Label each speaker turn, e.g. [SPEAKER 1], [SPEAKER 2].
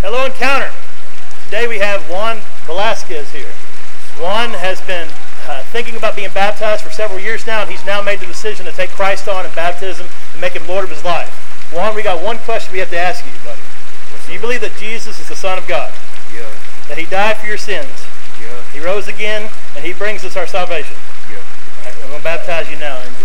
[SPEAKER 1] Hello, Encounter. Today we have Juan Velasquez here. Juan has been uh, thinking about being baptized for several years now, and he's now made the decision to take Christ on in baptism and make him Lord of his life. Juan, we got one question we have to ask you, buddy. Do you believe that Jesus is the Son of God?
[SPEAKER 2] Yeah,
[SPEAKER 1] That he died for your sins,
[SPEAKER 2] yeah,
[SPEAKER 1] he rose again, and he brings us our salvation?
[SPEAKER 2] yeah.
[SPEAKER 1] All right, I'm going to baptize you now in